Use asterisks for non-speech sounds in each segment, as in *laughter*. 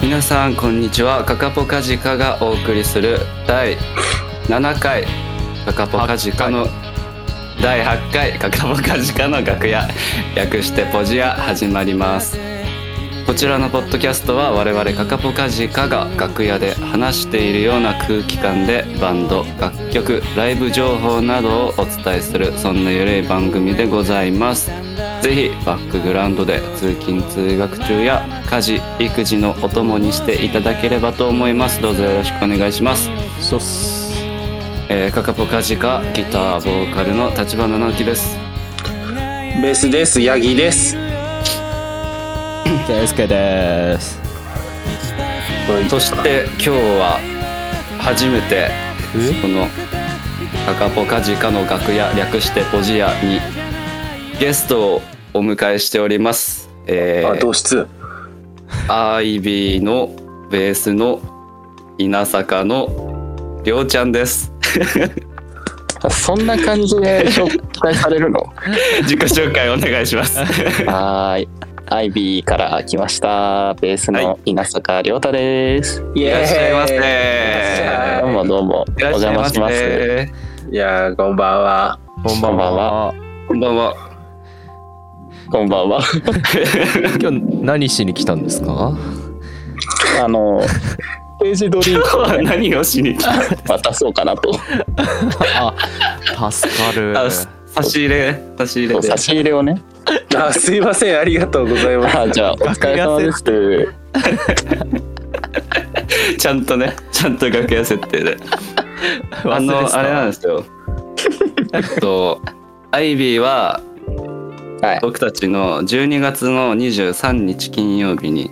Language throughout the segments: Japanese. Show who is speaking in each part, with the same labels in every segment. Speaker 1: 皆さんこんにちはカカポカジカがお送りする第7回カカポカジカの第8回カカポカジカの楽屋略してポジア始まりますこちらのポッドキャストは我々カカポカジカが楽屋で話しているような空気感でバンド楽曲ライブ情報などをお伝えするそんなゆるい番組でございますぜひバックグラウンドで通勤通学中や家事育児のお供にしていただければと思いますどうぞよろしくお願いします
Speaker 2: そうっす。
Speaker 1: えー、カカポカジカギターボーカルの立花直樹です
Speaker 3: ベースですヤギです
Speaker 2: 大輔です。
Speaker 1: そして今日は初めてこのカカポカジカの楽屋略してポジヤにゲストをお迎えしておりますえ
Speaker 3: あ
Speaker 1: ー、
Speaker 3: 同室
Speaker 1: アイビーのベースの稲坂のりょうちゃんです *laughs*
Speaker 4: そんな感じで紹介され
Speaker 1: *laughs*
Speaker 4: るの
Speaker 1: 自己紹介お願いします
Speaker 4: はーい。アイビーから来ました。ベース
Speaker 1: は
Speaker 4: の稲坂亮太です。
Speaker 3: い
Speaker 1: いらっしゃいませ
Speaker 3: はい
Speaker 4: どうもどうも。お
Speaker 1: いらっし
Speaker 4: 邪
Speaker 1: ゃい
Speaker 4: 魔
Speaker 1: ま
Speaker 4: します。
Speaker 1: せ
Speaker 3: いやーこんばんは *laughs*
Speaker 2: こんばんは。
Speaker 1: *laughs* こんばんは
Speaker 4: こんばんは。
Speaker 2: *laughs* 今日何しに来たんですか？
Speaker 4: あの、ページドリンクを
Speaker 1: 今日は
Speaker 4: ね
Speaker 1: 何をしに来た
Speaker 4: 渡そうかな *laughs* と。
Speaker 2: あ、助か
Speaker 1: *laughs*
Speaker 2: る。
Speaker 1: あす差し入れ差し入れで
Speaker 4: 差し入れをね。
Speaker 3: あすいませんありがとうございます
Speaker 4: あじゃあ、お疲れ様ですという。
Speaker 1: ちゃんとね、ちゃんと楽屋設定
Speaker 2: *laughs*
Speaker 1: で。あ
Speaker 2: 忘れて
Speaker 1: の、
Speaker 2: た
Speaker 1: あれなんですよ。えっと、アイビーは
Speaker 4: はい。
Speaker 1: 僕たちの12月の23日金曜日に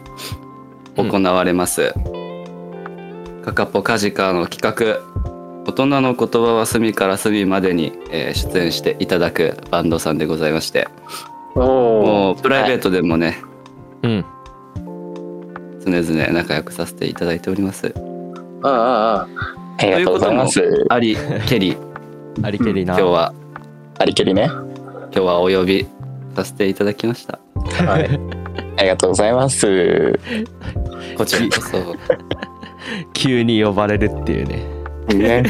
Speaker 1: 行われます、カカポカジカの企画「大人の言葉は隅から隅までに」えー出演していただくバンドさんでございまして
Speaker 3: おお
Speaker 1: もうプライベートでもね、
Speaker 2: うん。
Speaker 1: 常々仲良くさせていただいております
Speaker 3: あああ
Speaker 4: ありがとうございま
Speaker 1: と
Speaker 4: す。
Speaker 1: アリケリー
Speaker 2: ありけりな。
Speaker 1: 今日は
Speaker 4: ありけりね。
Speaker 1: 今日はお呼びさせていただきました
Speaker 3: あはい
Speaker 4: ありがとうございます。
Speaker 1: こちらこそ
Speaker 2: 急に呼ばれるっていうね。
Speaker 1: *laughs*
Speaker 4: ね。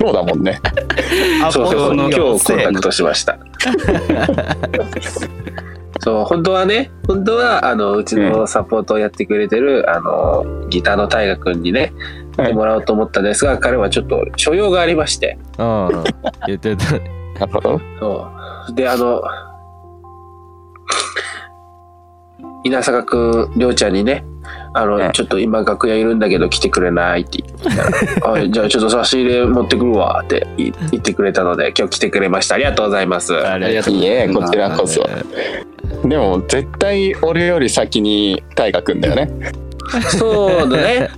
Speaker 4: 今日だもんね。
Speaker 2: あ
Speaker 3: そうそう
Speaker 1: 僕
Speaker 3: 今
Speaker 1: の
Speaker 3: 日コンタクトしました *laughs* そう本当はね本当はあのうちのサポートをやってくれてる、あのギターの大河君にねやってもらおうと思ったんですが、彼はちょっと所用がありまして
Speaker 2: うん。言ってた。
Speaker 4: なるほど。
Speaker 3: そうであの稲坂君りょうちゃんにねあの、
Speaker 4: うん
Speaker 3: ちょっと今楽屋いるんだけど来てくれないって *laughs* 言ったらあじゃあちょっと差し入れ持ってくるわってい言ってくれたので今日来てくれましたありがとうございます
Speaker 2: あ
Speaker 1: りがとう
Speaker 4: いいえ、こちらこそ。
Speaker 2: う
Speaker 4: でも絶対俺より先に大河君だよね。
Speaker 3: そうだね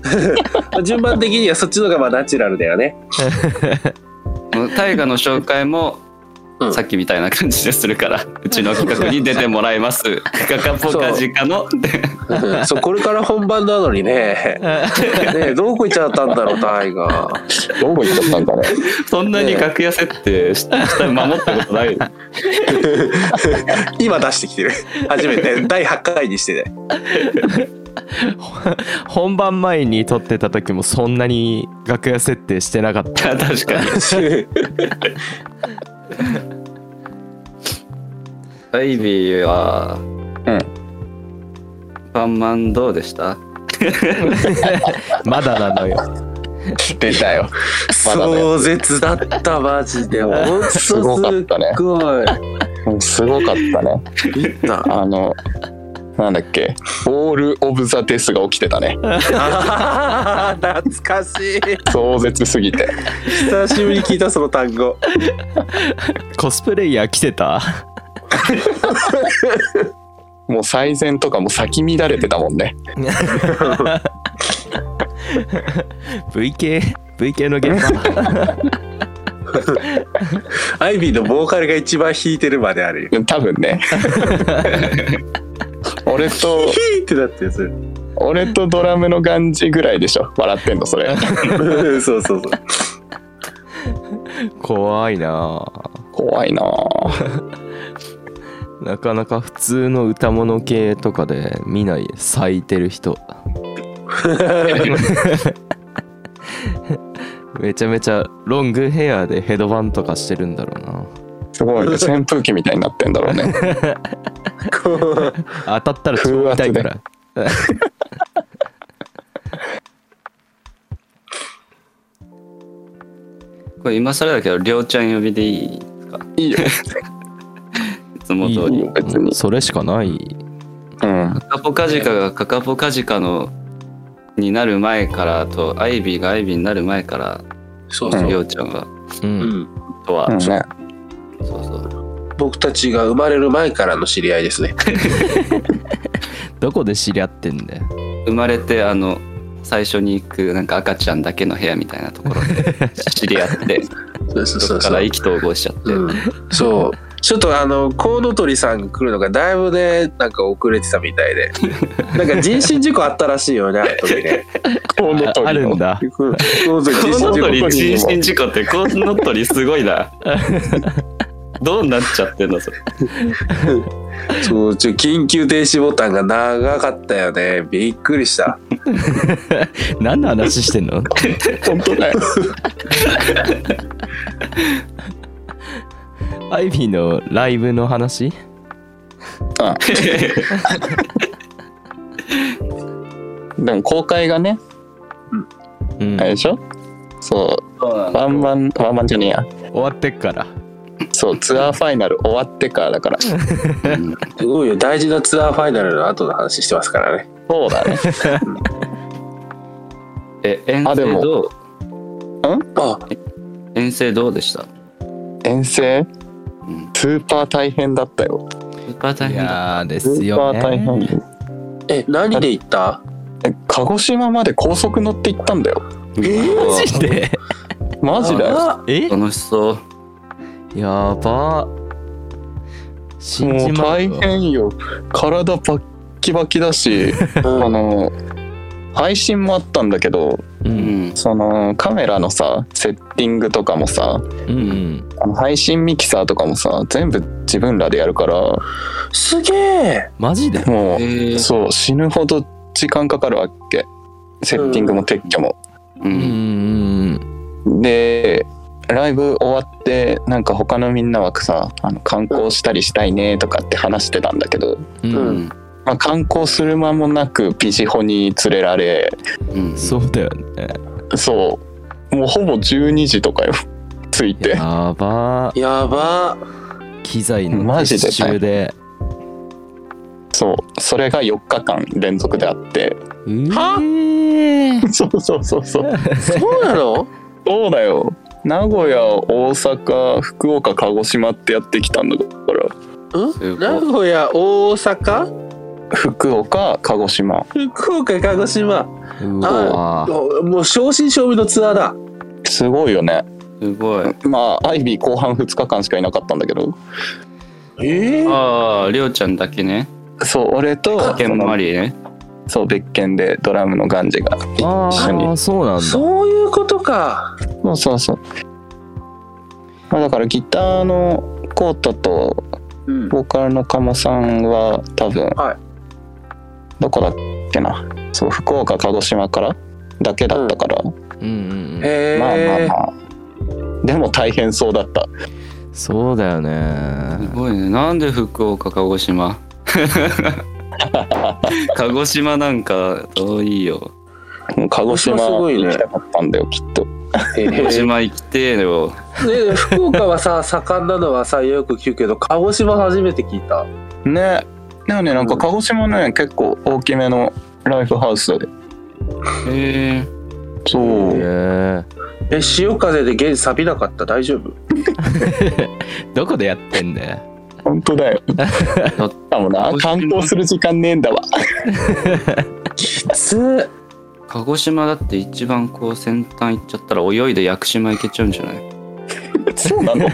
Speaker 3: 順番的にはそっちの方がまあナチュラルだよね
Speaker 1: 大河の紹介も
Speaker 3: うん
Speaker 1: さっきみたいな感じでするから、うちの企画に出てもらい
Speaker 4: *laughs*
Speaker 1: ます。カカポカジカの
Speaker 3: うんそうこれから本番なのにねねどこ行っちゃったんだろうタイが
Speaker 4: *laughs* どこ行っちゃったんだね。
Speaker 1: そんなに楽屋設定した守ったことない。
Speaker 3: 今出してきてる初めて第8回にしてね
Speaker 2: 本番前に撮ってた時もそんなに楽屋設定してなかった。
Speaker 1: 確かに。
Speaker 4: *laughs*
Speaker 1: アイビーは
Speaker 4: うん。
Speaker 1: パンマンどうでした？
Speaker 2: まだなのよ。
Speaker 4: 出たよ。まだね。
Speaker 3: 壮絶だったマジで本当
Speaker 4: すごかったね
Speaker 3: すっごい
Speaker 4: すごかったね。
Speaker 3: いった
Speaker 4: あの、なんだっけ。オール・オブ・ザ・デスが起きてたね。
Speaker 3: あー懐かしい
Speaker 4: 壮絶すぎて。
Speaker 3: 久しぶりに聞いたその単語
Speaker 2: コスプレイヤー来てた。
Speaker 4: もう最善とかも咲き乱れてたもんね。
Speaker 2: VK VK の現場。
Speaker 3: アイビーのボーカルが一番弾いてるまであるよ
Speaker 4: 多分 *laughs* ね。俺と、
Speaker 3: ヒーってなってるそれ
Speaker 4: 俺とドラムのガンジぐらいでしょ。笑ってんの、それ。
Speaker 3: うん *laughs* そうそうそう
Speaker 2: 怖いなぁ。
Speaker 4: 怖いなぁ
Speaker 3: *laughs*
Speaker 2: なかなか普通の歌物系とかで見ない咲いてる人めちゃめちゃロングヘアでヘドバンとかしてるんだろ
Speaker 4: すご *laughs* いね扇風機みたいになってんだろう *laughs* ね
Speaker 3: こ
Speaker 2: うな当たったら超痛
Speaker 4: *laughs*
Speaker 2: いから
Speaker 1: これ今更だけど、りょうちゃん呼びでいいい
Speaker 4: いいよ
Speaker 1: つも通
Speaker 4: いい
Speaker 1: り。
Speaker 4: よ別
Speaker 2: う
Speaker 4: に
Speaker 2: んそれしかない
Speaker 4: うん
Speaker 1: カカポカジカがカカポカジカのになる前からと、アイビーがアイビーになる前から、
Speaker 3: うそう
Speaker 1: り
Speaker 3: そう、
Speaker 1: ょうちゃんが、
Speaker 3: う
Speaker 2: う
Speaker 3: んん、
Speaker 1: とは、
Speaker 4: うん
Speaker 1: そう
Speaker 4: ね
Speaker 1: そう。
Speaker 3: 僕たちが生まれる前からの知り合いですね
Speaker 2: どこで知り合ってんだよ
Speaker 1: 生まれて、あの、最初に行く、なんか赤ちゃんだけの部屋みたいなところで知り合って、
Speaker 3: そうそう
Speaker 1: そ
Speaker 3: そ
Speaker 1: っ
Speaker 3: う
Speaker 1: か
Speaker 3: そ
Speaker 1: ら
Speaker 3: う
Speaker 1: 意気投合しちゃって。
Speaker 3: うん、そうちょっとあのコウノトリさんが来るのがだいぶねなんか遅れてたみたいでなんか人身事故あったらしいよねあの時ね
Speaker 4: コウノト
Speaker 2: ああ
Speaker 4: リ
Speaker 2: るん
Speaker 4: の *laughs*
Speaker 2: だ
Speaker 3: コウノトリ
Speaker 1: コウノトリ
Speaker 3: 人
Speaker 1: 人
Speaker 3: 身事故
Speaker 1: 身事故ってコウノトリすごいなどうなっちゃってんのそれ
Speaker 3: そうちょ緊急停止ボタンが長かったよねびっくりした
Speaker 2: 何の話してんの
Speaker 4: 本当だよ
Speaker 2: アイビーのライブの話
Speaker 4: でも公開がね
Speaker 2: うん
Speaker 4: あれで
Speaker 2: 終
Speaker 4: しょそうワンマンワンマンじゃねえや
Speaker 2: わってっから
Speaker 4: そうツアーファイナル終わってからだから
Speaker 3: すごいよ大事なツアーファイナルの後の話してますからね
Speaker 4: そうだね
Speaker 1: え遠
Speaker 4: あで
Speaker 1: 征
Speaker 4: も
Speaker 1: どう
Speaker 3: あ
Speaker 1: 遠征どうでした
Speaker 4: 遠征
Speaker 1: うん
Speaker 4: スーパー大変だったよ
Speaker 1: スーパー大
Speaker 2: い
Speaker 1: 変だ
Speaker 2: やーで
Speaker 4: ス
Speaker 2: す
Speaker 4: ーパ
Speaker 2: よ
Speaker 4: ー大変
Speaker 2: ね
Speaker 3: え何で行った
Speaker 4: え鹿児島まで高速乗って行ったんだよ
Speaker 3: え
Speaker 2: マジで
Speaker 4: マジだよ
Speaker 2: え
Speaker 1: 楽しそう
Speaker 2: やば信
Speaker 4: も
Speaker 2: じ
Speaker 4: う
Speaker 2: まん
Speaker 4: 大
Speaker 2: よ
Speaker 4: 変よ体バッキバキだしあの配信もあったんだけど
Speaker 1: う
Speaker 2: う
Speaker 1: んん
Speaker 4: そのカメラのさセッティングとかもさ
Speaker 2: うん
Speaker 4: あの配信ミキサーとかもさ全部自分らでやるから
Speaker 3: すげえ
Speaker 2: マジで
Speaker 4: も
Speaker 1: え
Speaker 4: う
Speaker 1: ー
Speaker 4: そう死ぬほど時間かかるわけセッティングも撤去も。
Speaker 1: う
Speaker 2: うん
Speaker 1: ん
Speaker 2: うん
Speaker 4: でライブ終わってなんか他のみんなはさあの観光したりしたいねとかって話してたんだけど、
Speaker 2: うん
Speaker 1: う
Speaker 2: うん
Speaker 1: ん
Speaker 4: まあ、観光する間もなくビジホに連れられ
Speaker 1: うん
Speaker 2: そうだよね
Speaker 4: そうもうほぼ12時とかよ着いて
Speaker 2: やば
Speaker 3: やば
Speaker 2: 機材の
Speaker 4: マジで
Speaker 2: 撤収で
Speaker 4: そうそれが4日間連続であって
Speaker 2: うえ
Speaker 4: *laughs*
Speaker 2: ー
Speaker 4: そうそうそうそう
Speaker 3: そうなの
Speaker 4: そうだよ名古屋大阪福岡鹿児島ってやってきたんだから
Speaker 1: すご
Speaker 3: ん
Speaker 1: い
Speaker 3: 名古屋大阪
Speaker 4: 福岡鹿児島
Speaker 3: 福岡鹿児島
Speaker 2: うわー
Speaker 3: おもう正真正銘のツアーだ
Speaker 4: すごいよね
Speaker 1: すごい
Speaker 4: まあアイビー後半2日間しかいなかったんだけど
Speaker 3: ええ
Speaker 1: あありょうちゃんだけね
Speaker 4: そう俺と
Speaker 1: ケンマリーね
Speaker 4: そう別件でドラムのガンジが
Speaker 2: あ
Speaker 4: 一緒に
Speaker 2: ーそうなんだ
Speaker 3: そういうことか。
Speaker 4: そうそうそうまあだからギターのコータと
Speaker 3: うん。
Speaker 4: ボーカルのカモさんは多分、
Speaker 3: はい
Speaker 4: どこだっけなそう福岡鹿児島からだけだったから、
Speaker 2: うんうんうん
Speaker 3: へ
Speaker 4: まあまあ
Speaker 3: え。
Speaker 4: まあでも大変そうだった
Speaker 2: そうだよ
Speaker 1: す
Speaker 2: ね
Speaker 1: ごいねなんで福岡鹿児島鹿児島なんか遠いよ
Speaker 4: 鹿児島
Speaker 3: 鹿児島すごいね
Speaker 4: 行きたかったんだよきっと
Speaker 3: へ
Speaker 1: 鹿児
Speaker 3: ー
Speaker 1: 島行きてえよ
Speaker 3: ね福岡はさ、 *laughs* 盛んなのはさ、よく聞くけど、鹿児島初めて聞いた。
Speaker 4: ねでもねなんか鹿児島ね、結構大きめのライフハウスで
Speaker 1: へえ
Speaker 4: そう、
Speaker 2: へ
Speaker 3: え、潮風で弦錆びなかった大丈夫
Speaker 2: ーどこでやってんだよ
Speaker 4: 本当 *laughs* だよ
Speaker 1: あ
Speaker 4: かもな
Speaker 1: 鹿児島
Speaker 4: 観光する時間ねえんだわ
Speaker 3: きつ
Speaker 1: 鹿児島だって一番こう先端行っちゃったら泳いで屋久島行けちゃうんじゃない
Speaker 4: そうなの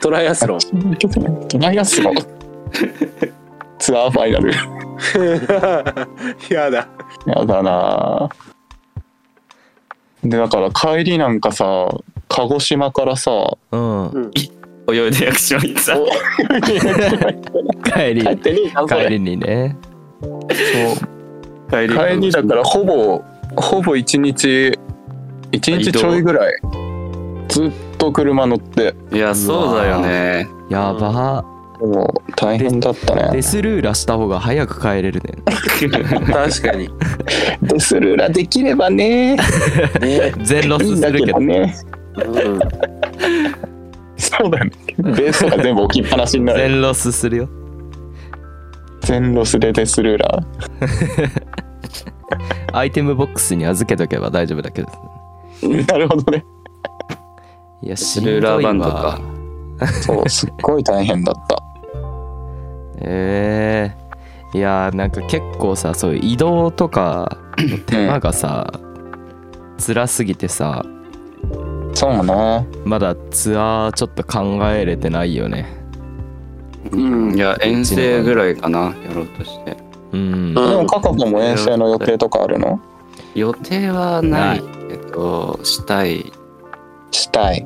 Speaker 3: トライアスロン。
Speaker 4: トライアスロンツアーファイナル
Speaker 3: やだ。
Speaker 4: やだなでだから帰りなんかさ鹿児島からさ
Speaker 2: うん
Speaker 1: 泳いで屋久島行ってた
Speaker 4: お帰
Speaker 2: 帰り
Speaker 4: ってねえなこ
Speaker 2: 帰
Speaker 4: れ
Speaker 2: りにね
Speaker 1: 帰
Speaker 4: 帰りだからほぼほぼ一日一日ちょいぐらいずっと車乗って
Speaker 1: いやそうだよね
Speaker 2: やば
Speaker 4: もう大変だった
Speaker 2: ー
Speaker 4: ね
Speaker 2: デスルーラした方が早く帰れるね
Speaker 3: 確かに。
Speaker 4: デスルーラできれば *laughs* ね
Speaker 3: ね。
Speaker 2: 全ロ
Speaker 4: *laughs* いい
Speaker 2: ス
Speaker 4: ん
Speaker 2: す
Speaker 4: だ
Speaker 2: る
Speaker 4: け
Speaker 2: け
Speaker 4: ど
Speaker 2: ど
Speaker 4: ね
Speaker 3: うん。
Speaker 4: そうだねベースが全部置きっぱなしにな *laughs* る
Speaker 2: 全ロスするよ
Speaker 4: 全ロスでデスルーラ
Speaker 2: アイテムボックスに預けとけば大丈夫だけど
Speaker 4: ーなるほどね
Speaker 2: いやし
Speaker 1: ス
Speaker 2: んど
Speaker 1: ル
Speaker 2: い
Speaker 1: ーラ
Speaker 2: わ
Speaker 1: ーバンドか
Speaker 4: そうすっごい大変だった
Speaker 2: ええいやーなんか結構さそういう移動とかの手間がさ、辛すぎてさ
Speaker 4: そうね
Speaker 2: まだツアーちょっと考えれてないよね
Speaker 3: うん
Speaker 1: い。や遠征ぐらいかなやろうとして
Speaker 2: うん
Speaker 3: うん
Speaker 4: でも過去も遠征の予定とかあるの
Speaker 1: 予定はない
Speaker 2: な
Speaker 1: けどしたい
Speaker 4: したい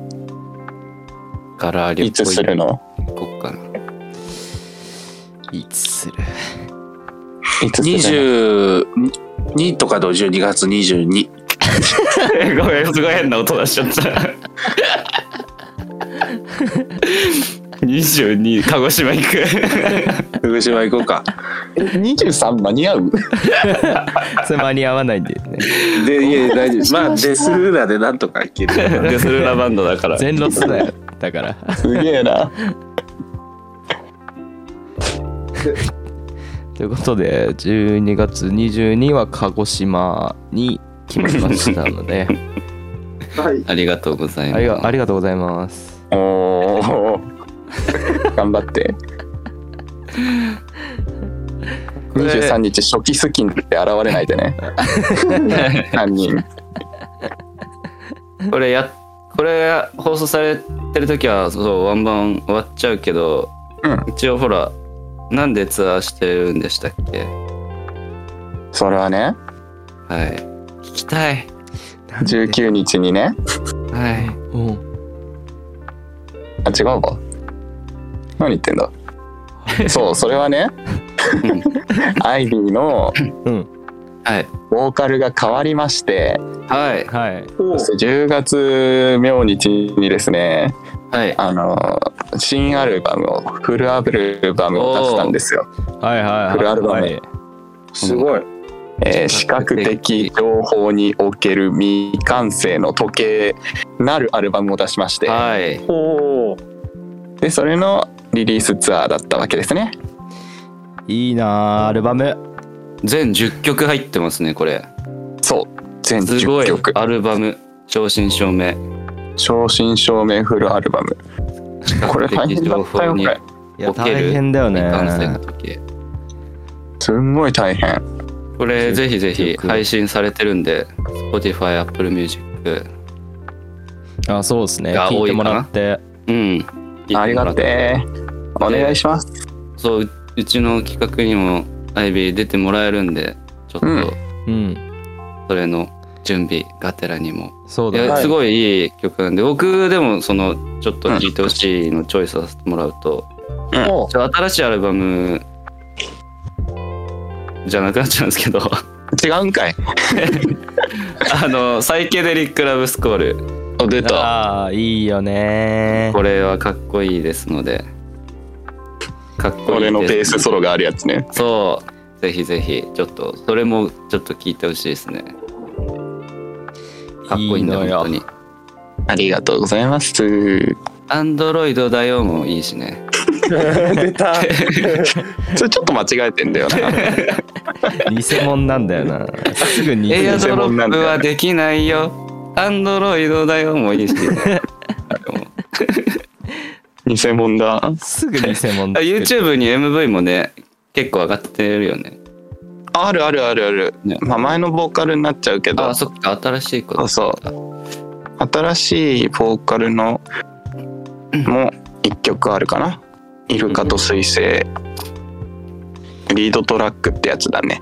Speaker 1: から旅
Speaker 4: いつ
Speaker 1: 行
Speaker 4: するの
Speaker 1: 行こっかない
Speaker 2: つする *laughs*
Speaker 4: いつするの
Speaker 3: 22とかどう12月22。
Speaker 1: えごめんすごい変な音出しちゃった22鹿児島行く
Speaker 3: 福島行こうか。
Speaker 4: え23間に合う
Speaker 2: それ間に合わないんだよね
Speaker 3: で、いや、大丈夫。まあ、デスルーラでなんとか行ける。
Speaker 1: でスルーラーバンドだから
Speaker 2: 全ロスだよだから *laughs*
Speaker 4: すげえな
Speaker 2: ということで12月22は鹿児島に来ましたので
Speaker 3: はい。
Speaker 1: ありがとうござい
Speaker 2: ありが
Speaker 1: ま
Speaker 2: あ
Speaker 1: す
Speaker 2: りがとうございます
Speaker 4: おー頑張って23日初期スキンって現れないでね何人
Speaker 1: これやこれ放送されてる時はそうワンバン終わっちゃうけど、
Speaker 4: うん
Speaker 1: 一応ほらなんでツアーしてるんでしたっけ
Speaker 4: それはね
Speaker 1: はい聞きたい
Speaker 4: 19日にね
Speaker 1: はい
Speaker 2: うん
Speaker 4: あ違うわ何言ってんだそうそれはねアイビーの
Speaker 2: うん
Speaker 1: はい
Speaker 4: ボーカルが変わりまして
Speaker 1: はい
Speaker 2: はい
Speaker 3: おう
Speaker 4: そして10月明日にですね
Speaker 1: はい
Speaker 4: あの新アルバムをフルアルバムを出したんですよ、
Speaker 2: はいはいはい
Speaker 4: フルアルバム
Speaker 2: はい
Speaker 3: すごい。
Speaker 4: えー視覚的情報における未完成の時計なるアルバムを出しまして
Speaker 1: はい
Speaker 3: おお。
Speaker 4: でそれのリリースツアーだったわけですね
Speaker 2: いいなあアルバム
Speaker 1: 全10曲入ってますねこれ
Speaker 4: そう全
Speaker 1: すご
Speaker 4: 10
Speaker 1: い
Speaker 4: 曲
Speaker 1: アルバム正真正銘
Speaker 4: 正真正銘フルアルバム
Speaker 1: 視
Speaker 4: これ
Speaker 1: 覚
Speaker 4: 大
Speaker 1: 的
Speaker 4: 変だ
Speaker 1: 情
Speaker 4: った
Speaker 1: 報
Speaker 4: よこ
Speaker 1: に
Speaker 4: れ
Speaker 2: いや
Speaker 1: ボケる
Speaker 2: 大変だよね
Speaker 1: 未完成の時
Speaker 4: すんごい大変
Speaker 1: これぜひぜひ
Speaker 2: 曲
Speaker 1: 配信されてるんで Spotify、Apple Music
Speaker 2: あそうですね
Speaker 1: が
Speaker 2: 聞いてもらって
Speaker 1: うん
Speaker 4: ありがてーお願いします
Speaker 1: そうううちの企画にもアイビー出てもらえるんでちょっ
Speaker 4: う
Speaker 1: と
Speaker 4: ん
Speaker 2: うん
Speaker 1: それの準備がてらにも、
Speaker 2: そう
Speaker 1: い
Speaker 2: だ
Speaker 1: や
Speaker 2: ね
Speaker 1: すごいいい曲なんで僕でもそのちょっと聴いてほしいのチョイスさせてもらうと、
Speaker 4: うん
Speaker 1: ちょっと新しいアルバムじゃなくなっちゃうんですけどあ
Speaker 4: 違うんかい
Speaker 1: のサイケデリック・ラブスコール
Speaker 4: お出
Speaker 2: ああいいよね
Speaker 1: これはかっこいいですのでかっこいいです
Speaker 4: 俺のベースソロがあるやつね
Speaker 1: そうぜひぜひちょっとそれもちょっと聞いてほしいですねかっこいいんだ
Speaker 2: いいのよ
Speaker 1: 本当に
Speaker 4: ありがとうございます
Speaker 1: アンドロイドだよもいいしね
Speaker 3: 出た。
Speaker 4: それちょっと間違えてんだよな *laughs*
Speaker 2: 偽物なんだよなすぐ偽
Speaker 1: エア
Speaker 2: 物
Speaker 1: ドロップはできないよアンドロイドだよもいいし、ね、あれも
Speaker 4: 偽物だ
Speaker 2: すぐ偽物 *laughs*
Speaker 1: あ YouTube に MV もね結構上がってるよね
Speaker 4: あるあるあるある、
Speaker 1: ね
Speaker 4: まあ、前のボーカルになっちゃうけど
Speaker 1: あそっか新しいこと
Speaker 4: そう新しいボーカルのも1曲あるかな「イルカと彗星」リードトラックってやつだね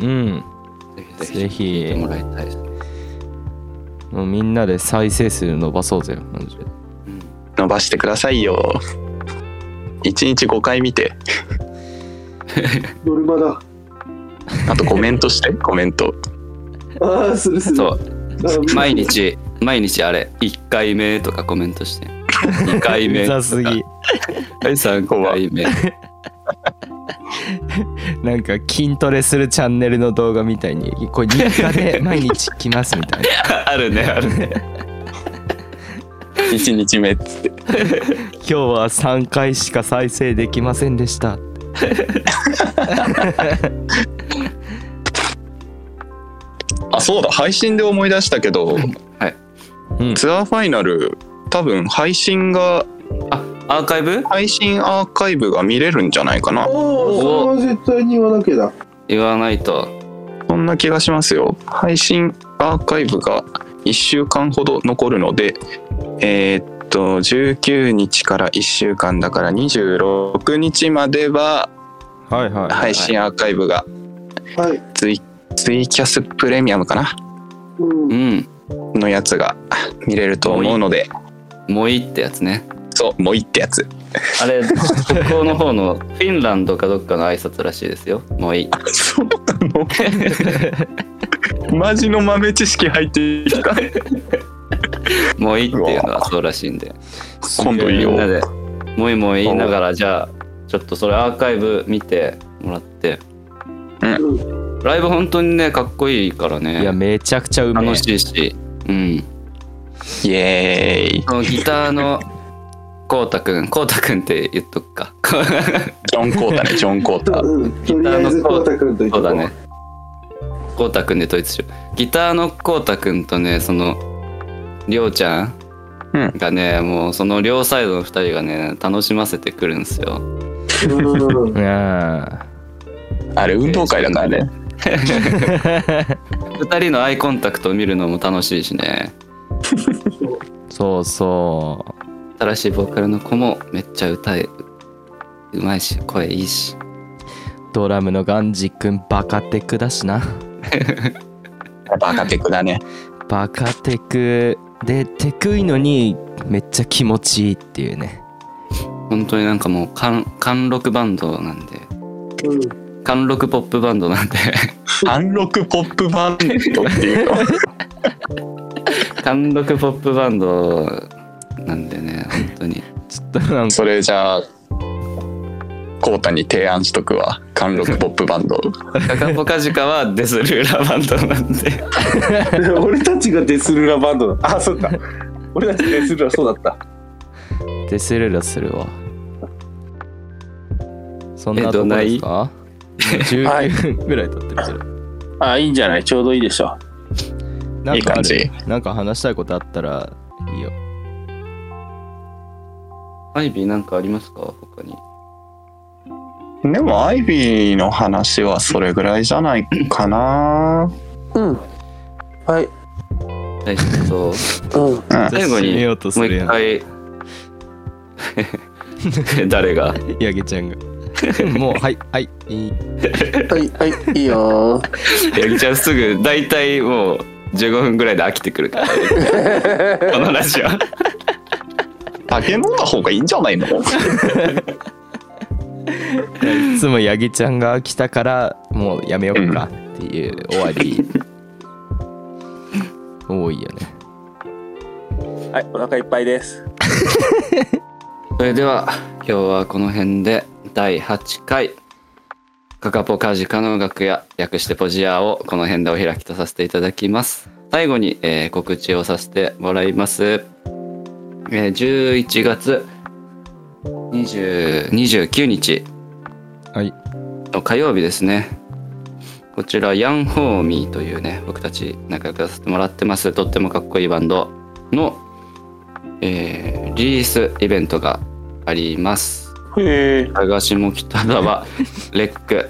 Speaker 2: うん
Speaker 1: ぜひぜ
Speaker 2: ぜ
Speaker 1: ひ
Speaker 2: ひ
Speaker 1: 見てもらいたいです
Speaker 2: もうみんなで再生数伸ばそうぜマジで
Speaker 4: 伸ばしてくださいよ1日5回見て *laughs*
Speaker 3: ノルマだ。
Speaker 4: あとコメントしてコメント
Speaker 3: ああ、するする。
Speaker 1: そう
Speaker 3: うん
Speaker 1: 毎日毎日あれ1回目とかコメントして2回目
Speaker 2: うざすぎ
Speaker 1: 3回目
Speaker 2: なんか筋トレするチャンネルの動画みたいにこれ日課 *laughs* で毎日来ますみたいな
Speaker 1: あるねあるね
Speaker 4: 1日目っつって
Speaker 2: 今日は3回しか再生できませんでした
Speaker 4: あそうだ配信で思い出したけど、
Speaker 2: うん
Speaker 4: ツアーファイナル多分配信が
Speaker 1: あアーカイブ
Speaker 4: 配信アーカイブが見れるんじゃないかな
Speaker 1: お
Speaker 3: おお、それは絶対に言わなきゃだ。
Speaker 1: 言わないと
Speaker 4: そんな気がしますよ配信アーカイブが1週間ほど残るのでえーっと19日から1週間だから26日までは
Speaker 2: はいはい
Speaker 4: 配信アーカイブが
Speaker 3: はい。
Speaker 4: ツイツイキャスプレミアムかな
Speaker 3: うん
Speaker 1: う。ん
Speaker 4: のやつが見れると思うので
Speaker 1: もういいってやつね
Speaker 4: そうもういいってやつ
Speaker 1: あれ北欧の方のフィンランドかどっかの挨拶らしいですよもういい
Speaker 4: そうなのマジの豆知識入ってきた
Speaker 1: もういいっていうのはそうらしいんで
Speaker 4: 今度いい
Speaker 1: みんな
Speaker 4: よ
Speaker 1: でもいもい言いながらじゃあちょっとそれアーカイブ見てもらって
Speaker 3: うん
Speaker 1: ライブ本当にねかっこいいからね
Speaker 2: いやめちゃくちゃうめえ
Speaker 1: 楽しいし、うん、
Speaker 4: イエーイ
Speaker 1: そのギターの *laughs* こうたくんこうたくんって言っとくか *laughs*
Speaker 4: ジョン・コータねジョン・コー *laughs* タ
Speaker 3: うんとりあえず、こうたくんと言っ
Speaker 1: そう
Speaker 3: て
Speaker 1: だね。こうたくんで統一しようギターのこうたくんとねそのりょうちゃん
Speaker 4: うん
Speaker 1: がね、もうその両サイドの2人がね楽しませてくるんですよ
Speaker 3: うん
Speaker 2: うん
Speaker 4: あれ運動会だからね
Speaker 1: 2人のアイコンタクトを見るのも楽しいしね
Speaker 2: そうそ
Speaker 1: 新しいボーカルの子もめっちゃ歌えうまいし声いいし
Speaker 2: うドラムのガンジ君バカテクだしな
Speaker 4: バカテクだね
Speaker 2: バカテクでテクいのにめっちゃ気持ちいいっていうね
Speaker 1: 本当になんかもう貫貫禄バンドなんで
Speaker 3: うん
Speaker 1: 貫禄ポップバンドなんで *laughs*
Speaker 4: 貫禄ポップバンドっていうの
Speaker 1: 貫禄ポップバンドなんでね本当に
Speaker 2: ちょっとなんか
Speaker 4: *laughs* それじゃあコータに提案しとくわ貫禄ポップバンド
Speaker 1: カカポカジカはデスルーラーバンドなんで
Speaker 3: 俺たちがデスルラバンドだ。あ、そうか。俺たちデスルラそうだった。
Speaker 2: デスルラするわそん
Speaker 1: え
Speaker 2: な
Speaker 1: ど
Speaker 2: とこ
Speaker 1: ない
Speaker 2: ですか
Speaker 3: はい
Speaker 2: 19分ぐらい経ってるけど
Speaker 3: あ、いいんじゃないちょうどいいでしょ。
Speaker 2: ないん
Speaker 4: い
Speaker 2: かあ
Speaker 4: 感
Speaker 2: る
Speaker 4: じ
Speaker 2: なんか話したいことあったらいいよ
Speaker 1: アイビーなんかありますか他に
Speaker 4: でもアイビーの話はそれぐらいじゃないかな
Speaker 3: うん。はい。
Speaker 1: 大丈夫そう
Speaker 3: うん。
Speaker 1: 最後に
Speaker 2: 締めようとす
Speaker 1: もう
Speaker 2: るや
Speaker 1: 一
Speaker 2: ん
Speaker 1: 回誰が
Speaker 2: 八木ちゃんがもうはいはいいい
Speaker 3: はい、はい、いいよー。
Speaker 1: 八木ちゃんすぐ大体もう15分ぐらいで飽きてくるから *laughs* このラジオ
Speaker 4: 酒飲んだ方がいいんじ *laughs* ゃないの
Speaker 2: いつも八木ちゃんが来たからもうやめようかっていう終わり多いよね
Speaker 3: はい、お腹いっぱいです。
Speaker 1: それでは今日はこの辺で第8回カカポカジカの楽屋略してポジアをこの辺でお開きとさせていただきます最後に、えー告知をさせてもらいます、えー11月20 29日
Speaker 2: はい
Speaker 1: 火曜日ですねこちらヤンホーミーというね僕たち仲良くさせてもらってますとってもかっこいいバンドの、えーリリースイベントがあります
Speaker 3: へえ。
Speaker 1: 長下北沢レック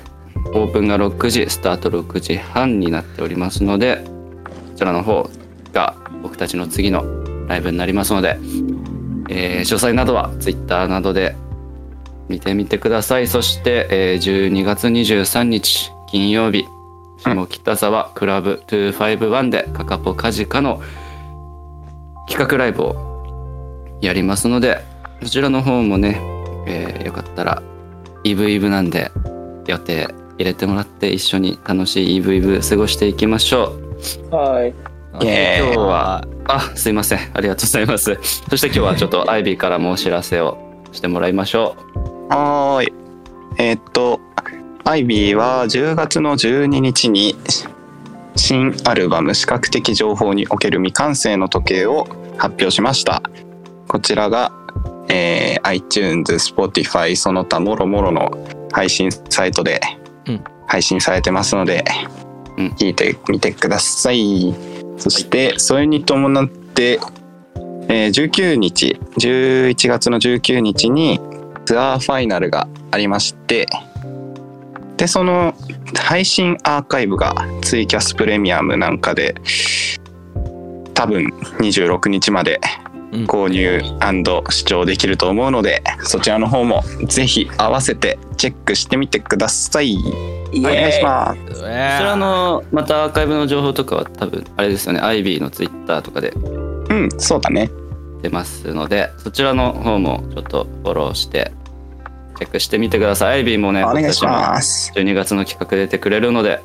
Speaker 1: オープンが6時スタート6時半になっておりますのでこちらの方が僕たちの次のライブになりますので、えー詳細などは Twitter などで見てみてくださいそして、えー12月23日金曜日下北沢クラブ251でカカポカジカの企画ライブをやりますのでそちらの方もねえーよかったらイブイブなんで予定入れてもらって一緒に楽しいイブイブ過ごしていきましょう
Speaker 3: はい。
Speaker 2: あ
Speaker 4: イエーイ
Speaker 2: 今日は
Speaker 1: あすいませんありがとうございますそして今日はちょっとアイビーからもお知らせをしてもらいましょ
Speaker 4: はーい。えーっと、アイビーは10月の12日に新アルバム視覚的情報における未完成の時計を発表しました。こちらが、えー iTunes、Spotify、その他もろもろの配信サイトで
Speaker 2: うん
Speaker 4: 配信されてますので、
Speaker 1: うん
Speaker 4: 聞いてみてください。そして、それに伴って、えー19日、11月の19日に、ツアーファイナルがありましてでその配信アーカイブがツイキャスプレミアムなんかで多分26日まで
Speaker 2: うん
Speaker 4: 購入視聴できると思うので、そちらの方もぜひ合わせてチェックしてみてくださいお願いします
Speaker 2: そ
Speaker 1: うそ
Speaker 2: れ
Speaker 1: れあのまたアーカイブの情報とかは多分あれですよねアイビーのツイッターとかで
Speaker 4: うんそうだね
Speaker 1: 出ますのでそちらの方もちょっとフォローしてチェックしてみてくださいアイビーもね
Speaker 4: お願いし
Speaker 1: 僕
Speaker 4: ます
Speaker 1: たちも12月の企画出てくれるので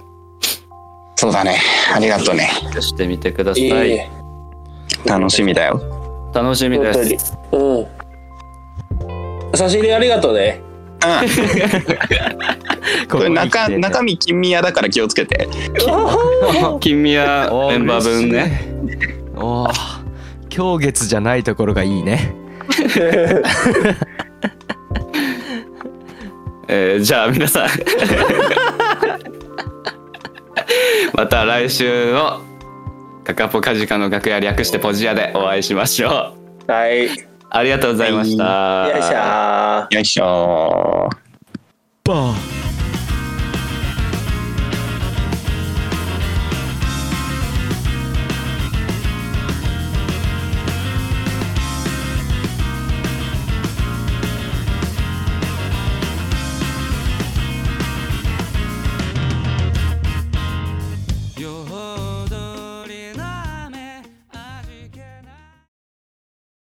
Speaker 4: そうだねありがとうね
Speaker 1: チェックしてみてください、
Speaker 3: え
Speaker 4: 楽しみだよ
Speaker 1: 楽しみです
Speaker 3: えうん。差し入れありがとうね。
Speaker 4: うんこ
Speaker 2: こ
Speaker 4: れ中中身金宮だから気をつけて
Speaker 1: *laughs* 金宮メンバー分ね
Speaker 2: おー今日月じゃないところがいいね
Speaker 1: えーじゃあ皆さん *laughs* また来週のカカポカジカの楽屋略してポジアでお会いしましょう
Speaker 3: はい。よいし
Speaker 1: ありがとうございました、
Speaker 3: ゃー。
Speaker 4: よいしょー
Speaker 2: バー